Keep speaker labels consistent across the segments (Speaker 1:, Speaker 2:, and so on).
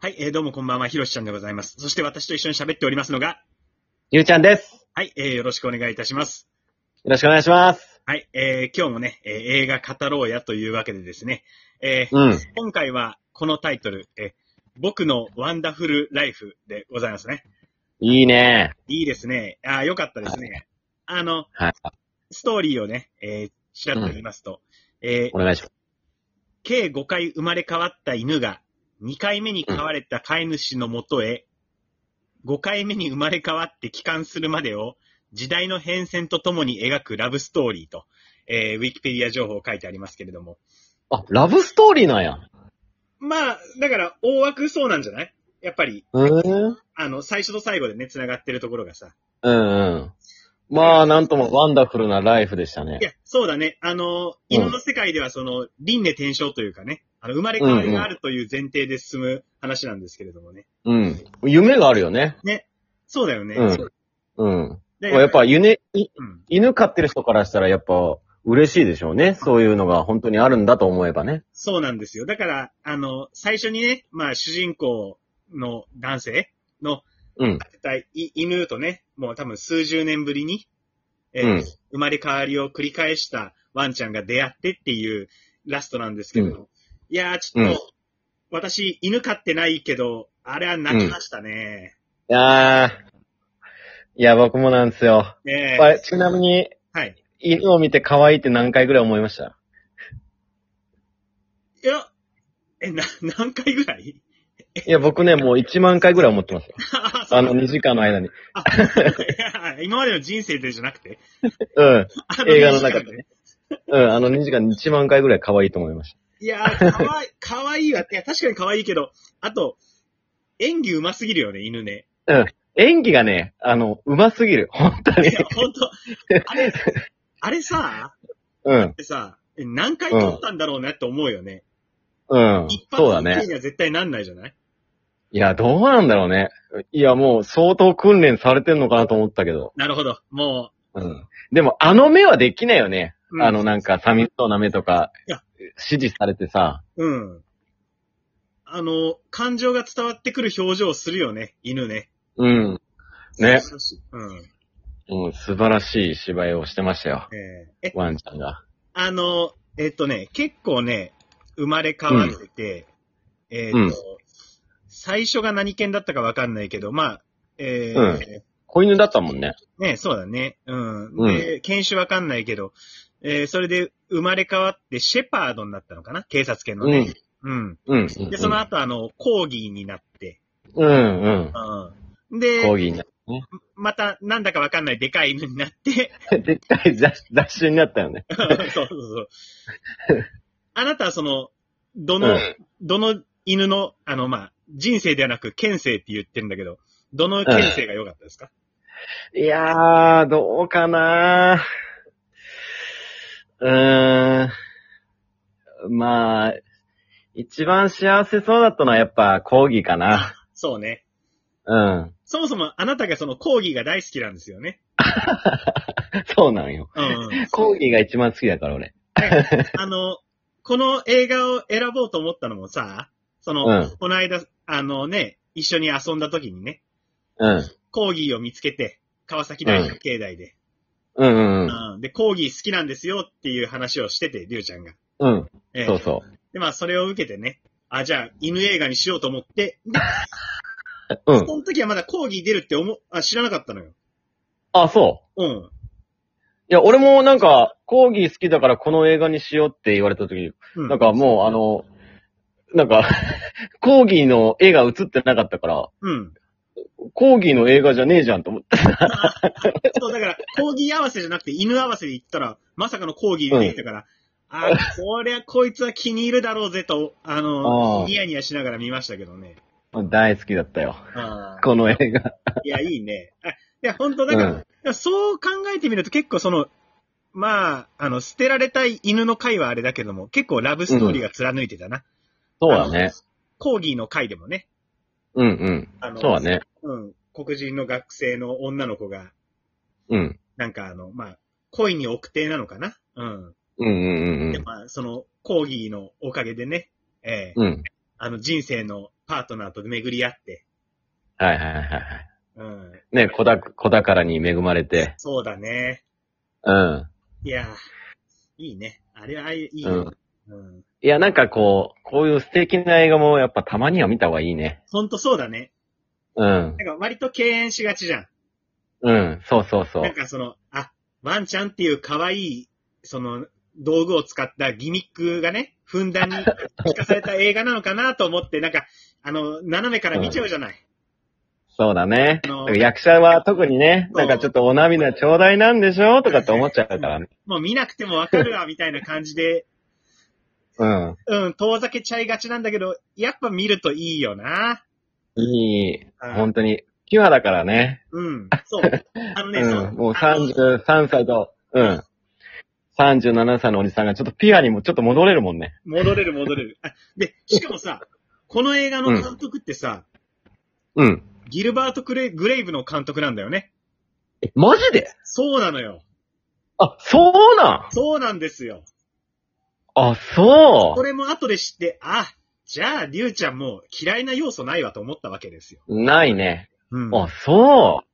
Speaker 1: はい、えーどうもこんばんは、ひろしちゃんでございます。そして私と一緒に喋っておりますのが、
Speaker 2: ゆうちゃんです。
Speaker 1: はい、えーよろしくお願いいたします。
Speaker 2: よろしくお願いします。
Speaker 1: はい、えー今日もね、えー映画語ろうやというわけでですね、えー
Speaker 2: うん。
Speaker 1: 今回はこのタイトル、えー僕のワンダフルライフでございますね。
Speaker 2: いいね。
Speaker 1: いいですね。あーよかったですね。あの、
Speaker 2: はい。
Speaker 1: ストーリーをね、えー、ちらっと言いますと、えー
Speaker 2: お願いします。
Speaker 1: 計5回生まれ変わった犬が、2回目に飼われた飼い主のもとへ、5回目に生まれ変わって帰還するまでを、時代の変遷とともに描くラブストーリーと、えーウィキペディア情報書いてありますけれども。
Speaker 2: あ、ラブストーリーなんや。
Speaker 1: まあ、だから、大枠そうなんじゃないやっぱり、
Speaker 2: うーん。
Speaker 1: あの、最初と最後でね、繋がってるところがさ。
Speaker 2: うんうん。まあ、なんともワンダフルなライフでしたね
Speaker 1: い。や、そうだね。あの、犬の世界では、その、輪廻転生というかね、あの、生まれ変わりがあるという前提で進む話なんですけれどもね。
Speaker 2: うん。夢があるよね。
Speaker 1: そうだよね。
Speaker 2: うん。うん。
Speaker 1: で
Speaker 2: やっぱ、犬、い
Speaker 1: うん。
Speaker 2: 犬飼ってる人からしたらやっぱ嬉しいでしょうね。そういうのが本当にあるんだと思えばね。
Speaker 1: そうなんですよ。だから、あの、最初にね、まあ、主人公の男性の、
Speaker 2: うん。
Speaker 1: 絶対い犬とね、もう多分数十年ぶりに、えー
Speaker 2: うん
Speaker 1: 生まれ変わりを繰り返したワンちゃんが出会ってっていうラストなんですけど、
Speaker 2: うん
Speaker 1: いやー、ちょっと、
Speaker 2: うん
Speaker 1: 私、犬飼ってないけど、あれは泣きましたね。
Speaker 2: いやー。いや、僕もなんですよ。
Speaker 1: ねえ
Speaker 2: あれちなみに、
Speaker 1: はい。
Speaker 2: 犬を見て可愛いって何回ぐらい思いました
Speaker 1: いや、え、な、何回ぐらい
Speaker 2: いや、僕ね、もう1万回ぐらい思ってますよ。
Speaker 1: あそう
Speaker 2: あの2時間の間に。
Speaker 1: あいや今までの人生でじゃなくて、
Speaker 2: うん。
Speaker 1: あ
Speaker 2: 映画の中
Speaker 1: 短い
Speaker 2: でね。うん、あの2時間1万回ぐらい可愛いと思いました。
Speaker 1: いやー、かわい、 かわいいわ。いや、確かにかわいいけど、あと、演技うますぎるよね、犬ね。
Speaker 2: 演技がね、あの、上手すぎる。本当
Speaker 1: い
Speaker 2: に
Speaker 1: や。、ほんと、あれ、あれさ、
Speaker 2: うん、
Speaker 1: さ、え何回撮ったんだろうなって思うよね。
Speaker 2: うん
Speaker 1: 一。発
Speaker 2: そうだ
Speaker 1: の回
Speaker 2: ね。
Speaker 1: には絶対なんないじゃない
Speaker 2: いや、どうなんだろうね。いや、もう相当訓練されてんのかなと思ったけど。
Speaker 1: なるほど。も
Speaker 2: うん。でも、あの目はできないよね。
Speaker 1: う、うん
Speaker 2: あの、、なんか、寂しそうな目とか
Speaker 1: いや、
Speaker 2: 指示されてさ。
Speaker 1: うん。あの、感情が伝わってくる表情をするよね、犬ね。
Speaker 2: うん。ね
Speaker 1: 素晴らしい。うん。
Speaker 2: うん、素晴らしい芝居をしてましたよ。
Speaker 1: えーえ、
Speaker 2: ワンちゃんが。
Speaker 1: あの、えっとね、結構ね、生まれ変わってて、えっと、
Speaker 2: うん
Speaker 1: 最初が何犬だったかわかんないけど、まあ、えー
Speaker 2: うん子犬だったもんね。
Speaker 1: ね、そうだね。うん。
Speaker 2: うん
Speaker 1: で、犬種わかんないけど、えーそれで生まれ変わってシェパードになったのかな警察犬の
Speaker 2: う
Speaker 1: ね
Speaker 2: ん。。
Speaker 1: うん。
Speaker 2: うん。
Speaker 1: で、その後、あの、コーギーになって、
Speaker 2: うん、うん。
Speaker 1: うん。で、
Speaker 2: 講義になっ
Speaker 1: また、なんだかわかんないでかい犬になって、
Speaker 2: て。 でっかい雑雑種になったよね。
Speaker 1: そうそうそう。あなたはその、どの、
Speaker 2: うん
Speaker 1: どの犬の、あの、まあ、人生ではなく、犬生って言ってるんだけど、どの犬生が良かったですか、
Speaker 2: いやー、どうかなうーん。まあ、一番幸せそうだったのはやっぱ講義かな。
Speaker 1: そうね。
Speaker 2: うん。
Speaker 1: そもそもあなたがそのコーギーが大好きなんですよね。
Speaker 2: そうなんよ。
Speaker 1: うんうん。
Speaker 2: 講義が一番好きだから俺。
Speaker 1: あの、この映画を選ぼうと思ったのもさ、その、
Speaker 2: うん
Speaker 1: この間、あのね、一緒に遊んだ時にね、
Speaker 2: うん。
Speaker 1: コーギーを見つけて、川崎大学境内で、
Speaker 2: うんうんうん。
Speaker 1: うんで、コーギー好きなんですよっていう話をしてて、りゅうちゃんが。
Speaker 2: うん。
Speaker 1: ええ
Speaker 2: そうそう。
Speaker 1: で、まあ、それを受けてね、あ、じゃあ、犬映画にしようと思って、で、
Speaker 2: う
Speaker 1: そ
Speaker 2: ん。
Speaker 1: の時はまだコーギー出るって思う、あ、知らなかったのよ。
Speaker 2: あ、そう。
Speaker 1: うん。
Speaker 2: いや、俺もなんか、講義好きだからこの映画にしようって言われた時、
Speaker 1: うん、
Speaker 2: なんかもうあの、なんか、講義の絵が映ってなかったから、
Speaker 1: うん。
Speaker 2: 講義の映画じゃねえじゃんと思って。
Speaker 1: そう、だから、コーギー合わせじゃなくて犬合わせで行ったら、まさかのコーギー出てきたから、ああ、こりゃこいつは気に入るだろうぜと、あの、
Speaker 2: あー
Speaker 1: ニヤニヤしながら見ましたけどね。
Speaker 2: 大好きだったよ。
Speaker 1: あー
Speaker 2: この映画。
Speaker 1: いや、いいね。あいや、本当だ
Speaker 2: う
Speaker 1: から、い
Speaker 2: ん。
Speaker 1: やそう考えてみると結構その、まあ、あの、捨てられたい犬の回はあれだけども、結構ラブストーリーが貫いてたな。
Speaker 2: そうだね。
Speaker 1: コーギーの回でもね。
Speaker 2: うん
Speaker 1: あ
Speaker 2: う
Speaker 1: の
Speaker 2: ん。そうだね。
Speaker 1: うん。黒人の学生の女の子が、
Speaker 2: うん。
Speaker 1: なんかあの、まあ、恋に奥手なのかなうん。
Speaker 2: うんうんうん
Speaker 1: で、まあ、その、コーギーのおかげでね、ええ
Speaker 2: うん。うん。
Speaker 1: あの、人生のパートナーと巡り合って。
Speaker 2: はいはいはいはい。
Speaker 1: うん。
Speaker 2: ね、子だ、子宝に恵まれて。
Speaker 1: そうだね。
Speaker 2: うん。
Speaker 1: いやー、いいね。あれは、いい、
Speaker 2: うん。
Speaker 1: うん。
Speaker 2: いや、なんかこう、こういう素敵な映画もやっぱたまには見た方がいいね。
Speaker 1: ほんとそうだね。
Speaker 2: うん。
Speaker 1: なんか割と敬遠しがちじゃん。
Speaker 2: うん。そうそうそう
Speaker 1: なん。かその、あ、ワンちゃんっていう可愛い、その、道具を使ったギミックがね、ふんだ んに聞かされた映画なのかなと思って、なんか、あの、斜めから見ちゃうじゃない。
Speaker 2: そうだね。
Speaker 1: あの
Speaker 2: 役者は特にね、
Speaker 1: そう
Speaker 2: なんかちょっとお涙ちょうだいなんでしょとかって思っちゃうからね。
Speaker 1: もう見なくてもわかるわ、みたいな感じで、
Speaker 2: うん。
Speaker 1: うん、遠ざけちゃいがちなんだけど、やっぱ見るといいよな。
Speaker 2: いい、
Speaker 1: うん
Speaker 2: 本当に。ピュアだからね。
Speaker 1: うん、そう。あのね、
Speaker 2: う
Speaker 1: そ
Speaker 2: ん。もう
Speaker 1: あの
Speaker 2: 33歳と、うん。37歳のおじさんがちょっとピュアにもちょっと戻れるもんね。
Speaker 1: 戻れる戻れる。あで、しかもさ、この映画の監督ってさ、
Speaker 2: うん。
Speaker 1: ギルバートクレイ・グレイブの監督なんだよね。
Speaker 2: え、マジで
Speaker 1: そうなのよ。
Speaker 2: あ、そうなん
Speaker 1: そうなんですよ。
Speaker 2: あ、そ
Speaker 1: これも後で知って、あ、じゃあ、りゅうちゃんもう嫌いな要素ないわと思ったわけですよ。
Speaker 2: うないね。
Speaker 1: うん。
Speaker 2: あ、そう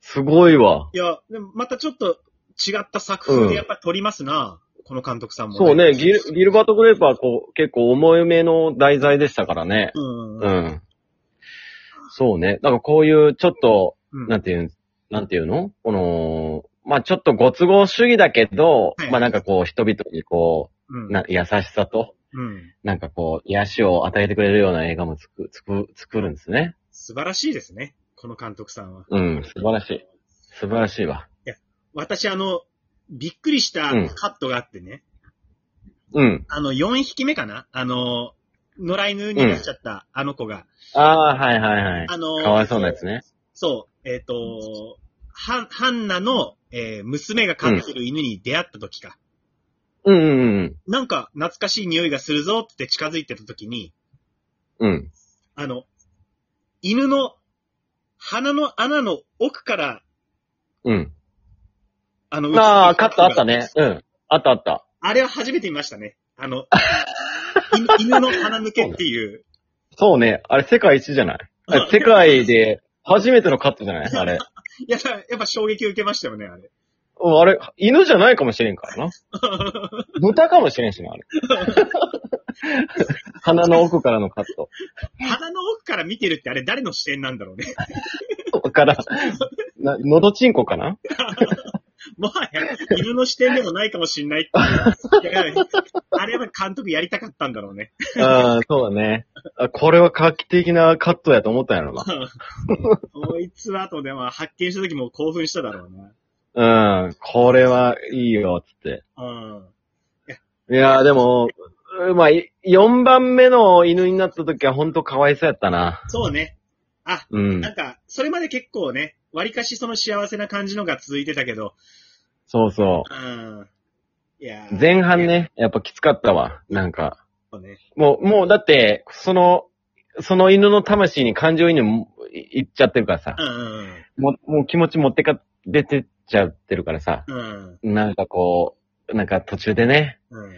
Speaker 2: すごいわ。
Speaker 1: いや、でもまたちょっと違った作風でやっぱ撮りますな、この監督さんも、
Speaker 2: そうね、ギル、ギルバート・グレープはこう、結構重いめの題材でしたからね。
Speaker 1: うん。
Speaker 2: う
Speaker 1: うん。
Speaker 2: ん。そうね。だからこういう、ちょっと、
Speaker 1: うん。
Speaker 2: なんていう、なんていうのこの、まあちょっとご都合主義だけど、
Speaker 1: はい
Speaker 2: まあなんかこう、人々にこ
Speaker 1: うん
Speaker 2: う、な優しさと、
Speaker 1: うん。
Speaker 2: なんかこう、癒しを与えてくれるような映画もつく、つく、作るんですね。
Speaker 1: 素晴らしいですね、この監督さんは。
Speaker 2: うん、素晴らしい。素晴らしいわ。
Speaker 1: 私、あの、びっくりした
Speaker 2: うん
Speaker 1: カットがあってね、
Speaker 2: うん。
Speaker 1: あの、4匹目かなあの、野良犬になっちゃった、あの子が。
Speaker 2: ああ、はいはいは
Speaker 1: あの、
Speaker 2: い。かわいそうなやつね。
Speaker 1: そう、えっ、と、ハン、ハンナの、えー娘が飼ってる犬に出会った時か。
Speaker 2: うんうん
Speaker 1: なんか、懐かしい匂いがするぞって近づいてた時に、
Speaker 2: うん。うん。
Speaker 1: あの、犬の鼻の穴の奥から、
Speaker 2: うん。
Speaker 1: あの、
Speaker 2: あ
Speaker 1: 映
Speaker 2: あ、
Speaker 1: って
Speaker 2: カ
Speaker 1: きた
Speaker 2: ットあったね。。うん。あったあった。
Speaker 1: あれは初めて見ましたね。あ の、犬犬の鼻抜けっていう。
Speaker 2: そうね。あれ世界一じゃないあれ
Speaker 1: うん
Speaker 2: 世界で初めてのカットじゃないあれ。
Speaker 1: いや、やっぱ衝撃受けましたよね、あれ。
Speaker 2: うんあれ、犬じゃないかもしれんからな。豚かもしれんしな、あれ。 鼻の奥からのカット。
Speaker 1: 鼻の奥から見てるってあれ誰の視点なんだろうね。
Speaker 2: わからん。な、喉チンコかな
Speaker 1: もはや、犬の視点でもないかもしんないっていう。いや あれは監督やりたかったんだろうね。
Speaker 2: うん、そうだね。あこれは画期的なカットやと思ったんやろな。
Speaker 1: こいつはとでも発見した時も興奮しただろう
Speaker 2: うん、これはいいよ、つって。
Speaker 1: な。うん。
Speaker 2: いやーでも、うんまあ、い4番目の犬になった時はほんとかわいそうやったな。
Speaker 1: そうね。あ、
Speaker 2: うん
Speaker 1: な。んか、それまで結構ね、割かしその幸せな感じのが続いてたけど、
Speaker 2: そうそ
Speaker 1: うん。いや
Speaker 2: う。
Speaker 1: ー
Speaker 2: 前半ね、やっぱきつかったわ。なんか。
Speaker 1: そうね。
Speaker 2: もう、もうだって、その、その犬の魂に感情移入もいいっちゃってるからさ
Speaker 1: う。ん
Speaker 2: もう、もう気持ち持ってか、出てっちゃってるからさ。
Speaker 1: うんうん。
Speaker 2: なんかこう、なんか途中でね、
Speaker 1: うん。うん。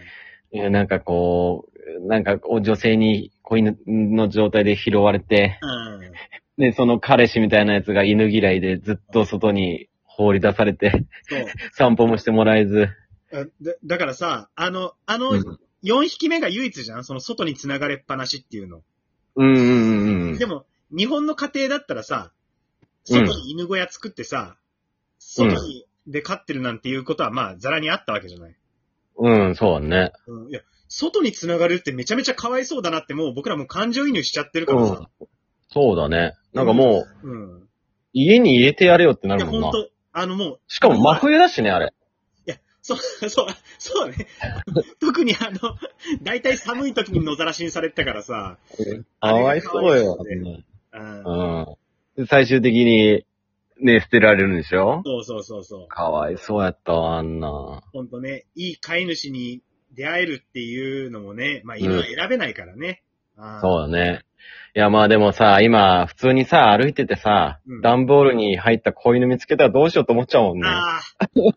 Speaker 2: えーなんかこう、なんかこう女性に子犬の状態で拾われて、
Speaker 1: うん。
Speaker 2: で、その彼氏みたいなやつが犬嫌いでずっと外に放り出されて、
Speaker 1: そう
Speaker 2: 散歩もしてもらえず。
Speaker 1: あ。だだからさ、あの、あの、
Speaker 2: うん
Speaker 1: 4匹目が唯一じゃんその外に繋がれっぱなしっていうの。
Speaker 2: うんうんうんうん
Speaker 1: で。も、日本の家庭だったらさ、外に犬小屋作ってさ、外にで飼ってるなんていうことはまあ、ざらにあったわけじゃない。
Speaker 2: うん、そうだね。
Speaker 1: うん。いや、外に繋がるってめちゃめちゃかわいそうだなってもう僕らもう感情移入しちゃってるか
Speaker 2: う
Speaker 1: ら
Speaker 2: ん
Speaker 1: さ。。
Speaker 2: そうだね。なんかもう、
Speaker 1: うん。
Speaker 2: 家に入れてやれよってないる
Speaker 1: や、ほ
Speaker 2: も
Speaker 1: ん
Speaker 2: んな。
Speaker 1: と、あのもう、
Speaker 2: しかも真冬だしね、あれ。
Speaker 1: そう、そう、そう ね。特にあの、大体寒い時に野ざらしにされてたからさ。
Speaker 2: かわいそうよ。
Speaker 1: あれうん。
Speaker 2: うん。で最終的に、ね、捨てられるんでしょ
Speaker 1: そうそうそうそう。
Speaker 2: かわいそうやったわ、あんな。
Speaker 1: ほんとね、いい飼い主に出会えるっていうのもね、まあ、犬は選べないからね。あー
Speaker 2: そうだね。いや、まあでもさ、今、普通にさ、歩いててさ、
Speaker 1: うん
Speaker 2: 段ボールに入った子犬見つけたらどうしようと思っちゃうもんね。
Speaker 1: あー。今、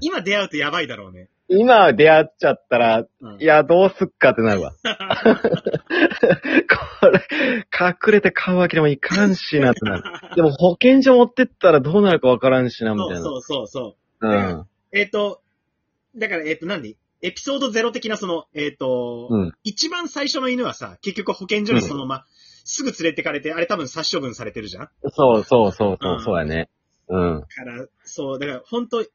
Speaker 1: 今出会うとやばいだろうね。
Speaker 2: 今出会っちゃったら、
Speaker 1: うん
Speaker 2: いや、どうすっかってなるわ。これ、隠れて買うわけにもいかんしなって なる。でも保健所持ってったらどうなるかわからんしな、み
Speaker 1: そ
Speaker 2: た
Speaker 1: う
Speaker 2: いな。
Speaker 1: そうそうそううえっ、と、だから、えっ、と、なんでエピソードゼロ的なその、えっ、と、
Speaker 2: ん。うん。
Speaker 1: 一番最初の犬はさ、結局保健所にそのまま、すぐ連れてかれて、あれ多分殺処分されてるじゃんだ
Speaker 2: そうそうそうそうう、
Speaker 1: ん
Speaker 2: そうやね。うん。
Speaker 1: から、そう、だから本当い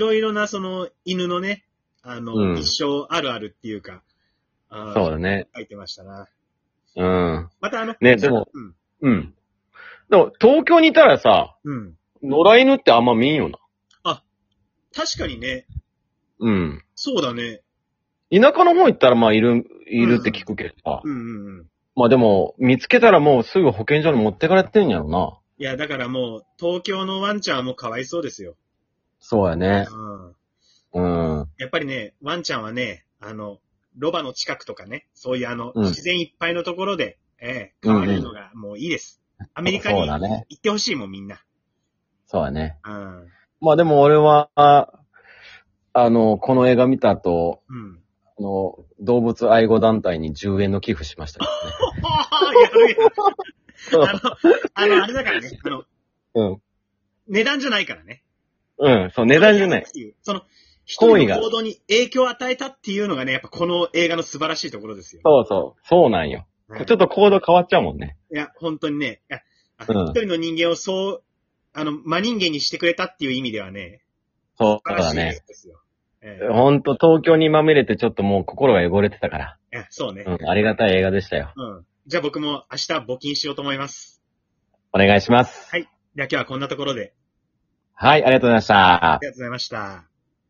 Speaker 1: ろいろなその犬のね、あの、
Speaker 2: うん
Speaker 1: 一生あるあるっていうか、あー
Speaker 2: そうだね。
Speaker 1: 書いてましたな。
Speaker 2: うん。
Speaker 1: またあの、
Speaker 2: ねでも
Speaker 1: うん、
Speaker 2: うん。でも、東京にいたらさ、
Speaker 1: うん。
Speaker 2: 野良犬ってあんま見んよな。
Speaker 1: 確かにね、
Speaker 2: うん。
Speaker 1: そうだね。
Speaker 2: 田舎の方行ったらまあいる、いるって聞くけどさ。
Speaker 1: うんうんうん。
Speaker 2: まあでも、見つけたらもうすぐ保健所に持ってかれてんやろな。
Speaker 1: いや、だからもう、東京のワンちゃんはもうかわいそうですよ。
Speaker 2: そうやね。
Speaker 1: うん。
Speaker 2: うん。
Speaker 1: やっぱりね、ワンちゃんはね、あの、ロバの近くとかね、そういうあの、
Speaker 2: うん
Speaker 1: 自然いっぱいのところで、ええ飼われるのがもういいです。ア
Speaker 2: ア
Speaker 1: メリカに
Speaker 2: そ
Speaker 1: 行
Speaker 2: うだね。
Speaker 1: ってほしいもん、みんな。
Speaker 2: そうやね。
Speaker 1: うん。
Speaker 2: まあでも俺は、ああの、この映画見た後、
Speaker 1: うん。
Speaker 2: あの、動物愛護団体に10円の寄付しましたけ
Speaker 1: やるやる。
Speaker 2: ど
Speaker 1: あ
Speaker 2: ね。
Speaker 1: の、あの、あれだからね、あの、
Speaker 2: うん。
Speaker 1: 値段じゃないからね。
Speaker 2: うん、そう、値段じゃない。。
Speaker 1: その、一
Speaker 2: 行為
Speaker 1: 人
Speaker 2: が
Speaker 1: の行動に影響を与えたっていうのがね、やっぱこの映画の素晴らしいところですよ。
Speaker 2: そうそう、そうなんよ。
Speaker 1: うん
Speaker 2: ちょっと行動変わっちゃうもんね。
Speaker 1: いや、本当にね、いやあ
Speaker 2: うん
Speaker 1: 一人の人間をそう、あの、真人間にしてくれたっていう意味ではね、
Speaker 2: そう
Speaker 1: 素晴ら
Speaker 2: だ
Speaker 1: しい
Speaker 2: ね。
Speaker 1: ですよ。ええ
Speaker 2: ほんと東京にまみれてちょっともう心が汚れてたから。
Speaker 1: いやそうね、
Speaker 2: うん、ありがたい映画でしたよ。
Speaker 1: うん。じゃあ僕も明日募金しようと思います。
Speaker 2: お願いします。
Speaker 1: では今日はこんなところで、
Speaker 2: はい、ありがとうございました
Speaker 1: あ。りがとうございました。